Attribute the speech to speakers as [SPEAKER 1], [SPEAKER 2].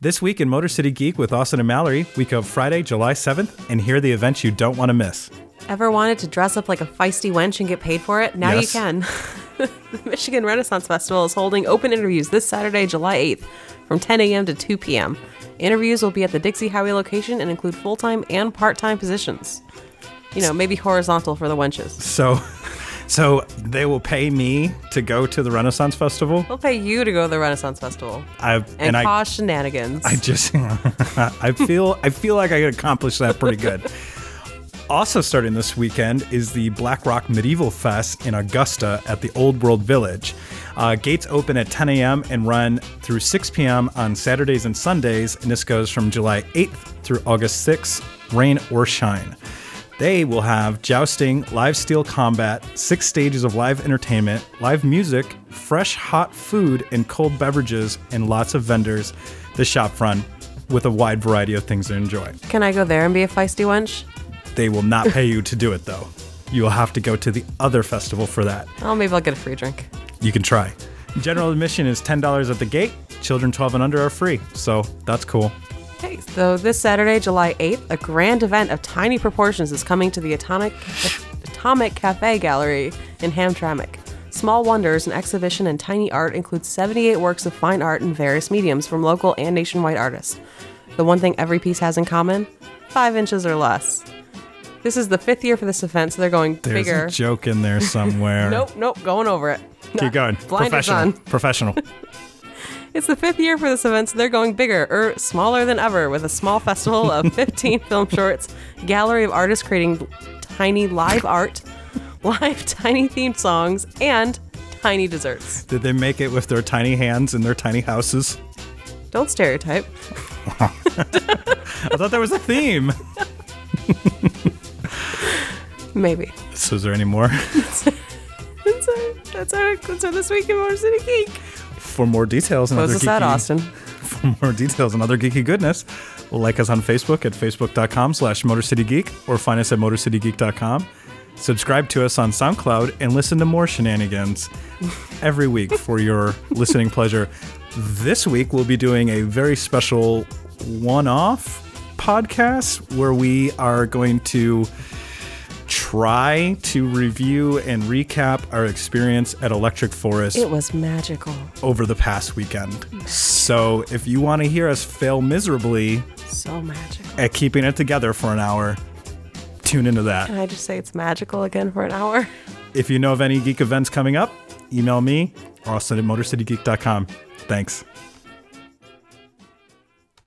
[SPEAKER 1] This week in Motor City Geek with Austin and Mallory, we cover Friday, July 7th, and here are the events you don't want to miss.
[SPEAKER 2] Ever wanted to dress up like a feisty wench and get paid for it? Now
[SPEAKER 1] Yes.
[SPEAKER 2] you can. the Michigan Renaissance Festival is holding open interviews this Saturday, July 8th from 10 a.m. to 2 p.m. Interviews will be at the Dixie Highway location and include full time and part time positions. You know, maybe horizontal for the wenches.
[SPEAKER 1] So, so they will pay me to go to the Renaissance Festival.
[SPEAKER 2] They'll pay you to go to the Renaissance Festival
[SPEAKER 1] I
[SPEAKER 2] Oh. and,
[SPEAKER 1] I
[SPEAKER 2] cause shenanigans.
[SPEAKER 1] I just I feel I feel like I could accomplish that pretty good. Also starting this weekend is the Black Rock Medieval Fest in Augusta at the Old World Village. Uh, gates open at 10 a.m. and run through 6 p.m. on Saturdays and Sundays, and this goes from July 8th through August 6th, rain or shine. They will have jousting, live steel combat, six stages of live entertainment, live music, fresh hot food and cold beverages, and lots of vendors the shop front with a wide variety of things to enjoy.
[SPEAKER 2] can I go there and be a feisty wench?
[SPEAKER 1] They will not pay you to do it though. You will have to go to the other festival for that.
[SPEAKER 2] Oh, maybe I'll get a free drink.
[SPEAKER 1] You can try. General admission is $10 at the gate. Children 12 and under are free, so that's cool.
[SPEAKER 2] Okay, so this Saturday, July 8th, a grand event of tiny proportions is coming to the Atomic Atomic Cafe Gallery in Hamtramck. Small Wonders, an exhibition in tiny art, includes 78 works of fine art in various mediums from local and nationwide artists. The one thing every piece has in common? Five inches or less. This is the fifth year for this event, so they're going
[SPEAKER 1] There's
[SPEAKER 2] bigger.
[SPEAKER 1] a joke in there somewhere.
[SPEAKER 2] Nope, nope, going over it.
[SPEAKER 1] Keep going.
[SPEAKER 2] Blinders
[SPEAKER 1] Professional.
[SPEAKER 2] on.
[SPEAKER 1] Professional.
[SPEAKER 2] It's the fifth year for this event, so they're going bigger or smaller than ever with a small festival of 15 film shorts, gallery of artists creating tiny live art, live tiny themed songs, and tiny desserts.
[SPEAKER 1] Did they make it with their tiny hands in their tiny houses?
[SPEAKER 2] Don't stereotype.
[SPEAKER 1] I thought that was a theme.
[SPEAKER 2] Maybe.
[SPEAKER 1] So, is there any more?
[SPEAKER 2] That's our, that's our, that's our This Week in Motor City Geek.
[SPEAKER 1] For more details and
[SPEAKER 2] Close
[SPEAKER 1] other
[SPEAKER 2] us out,
[SPEAKER 1] geeky-
[SPEAKER 2] Austin.
[SPEAKER 1] For more details and other geeky goodness, like us on Facebook at facebook.com slash motorcitygeek or find us at motorcitygeek.com. Subscribe to us on SoundCloud and listen to more shenanigans every week for your listening pleasure. This week, we'll be doing a very special one off podcast where we are going to try to review and recap our experience at Electric Forest
[SPEAKER 2] It was magical.
[SPEAKER 1] over the past weekend. So if you want to hear us fail miserably
[SPEAKER 2] So magical.
[SPEAKER 1] at keeping it together for an hour, tune into that.
[SPEAKER 2] Can I just say it's magical again for an hour?
[SPEAKER 1] If you know of any geek events coming up, email me, Austin at motorcitygeek.com. Thanks.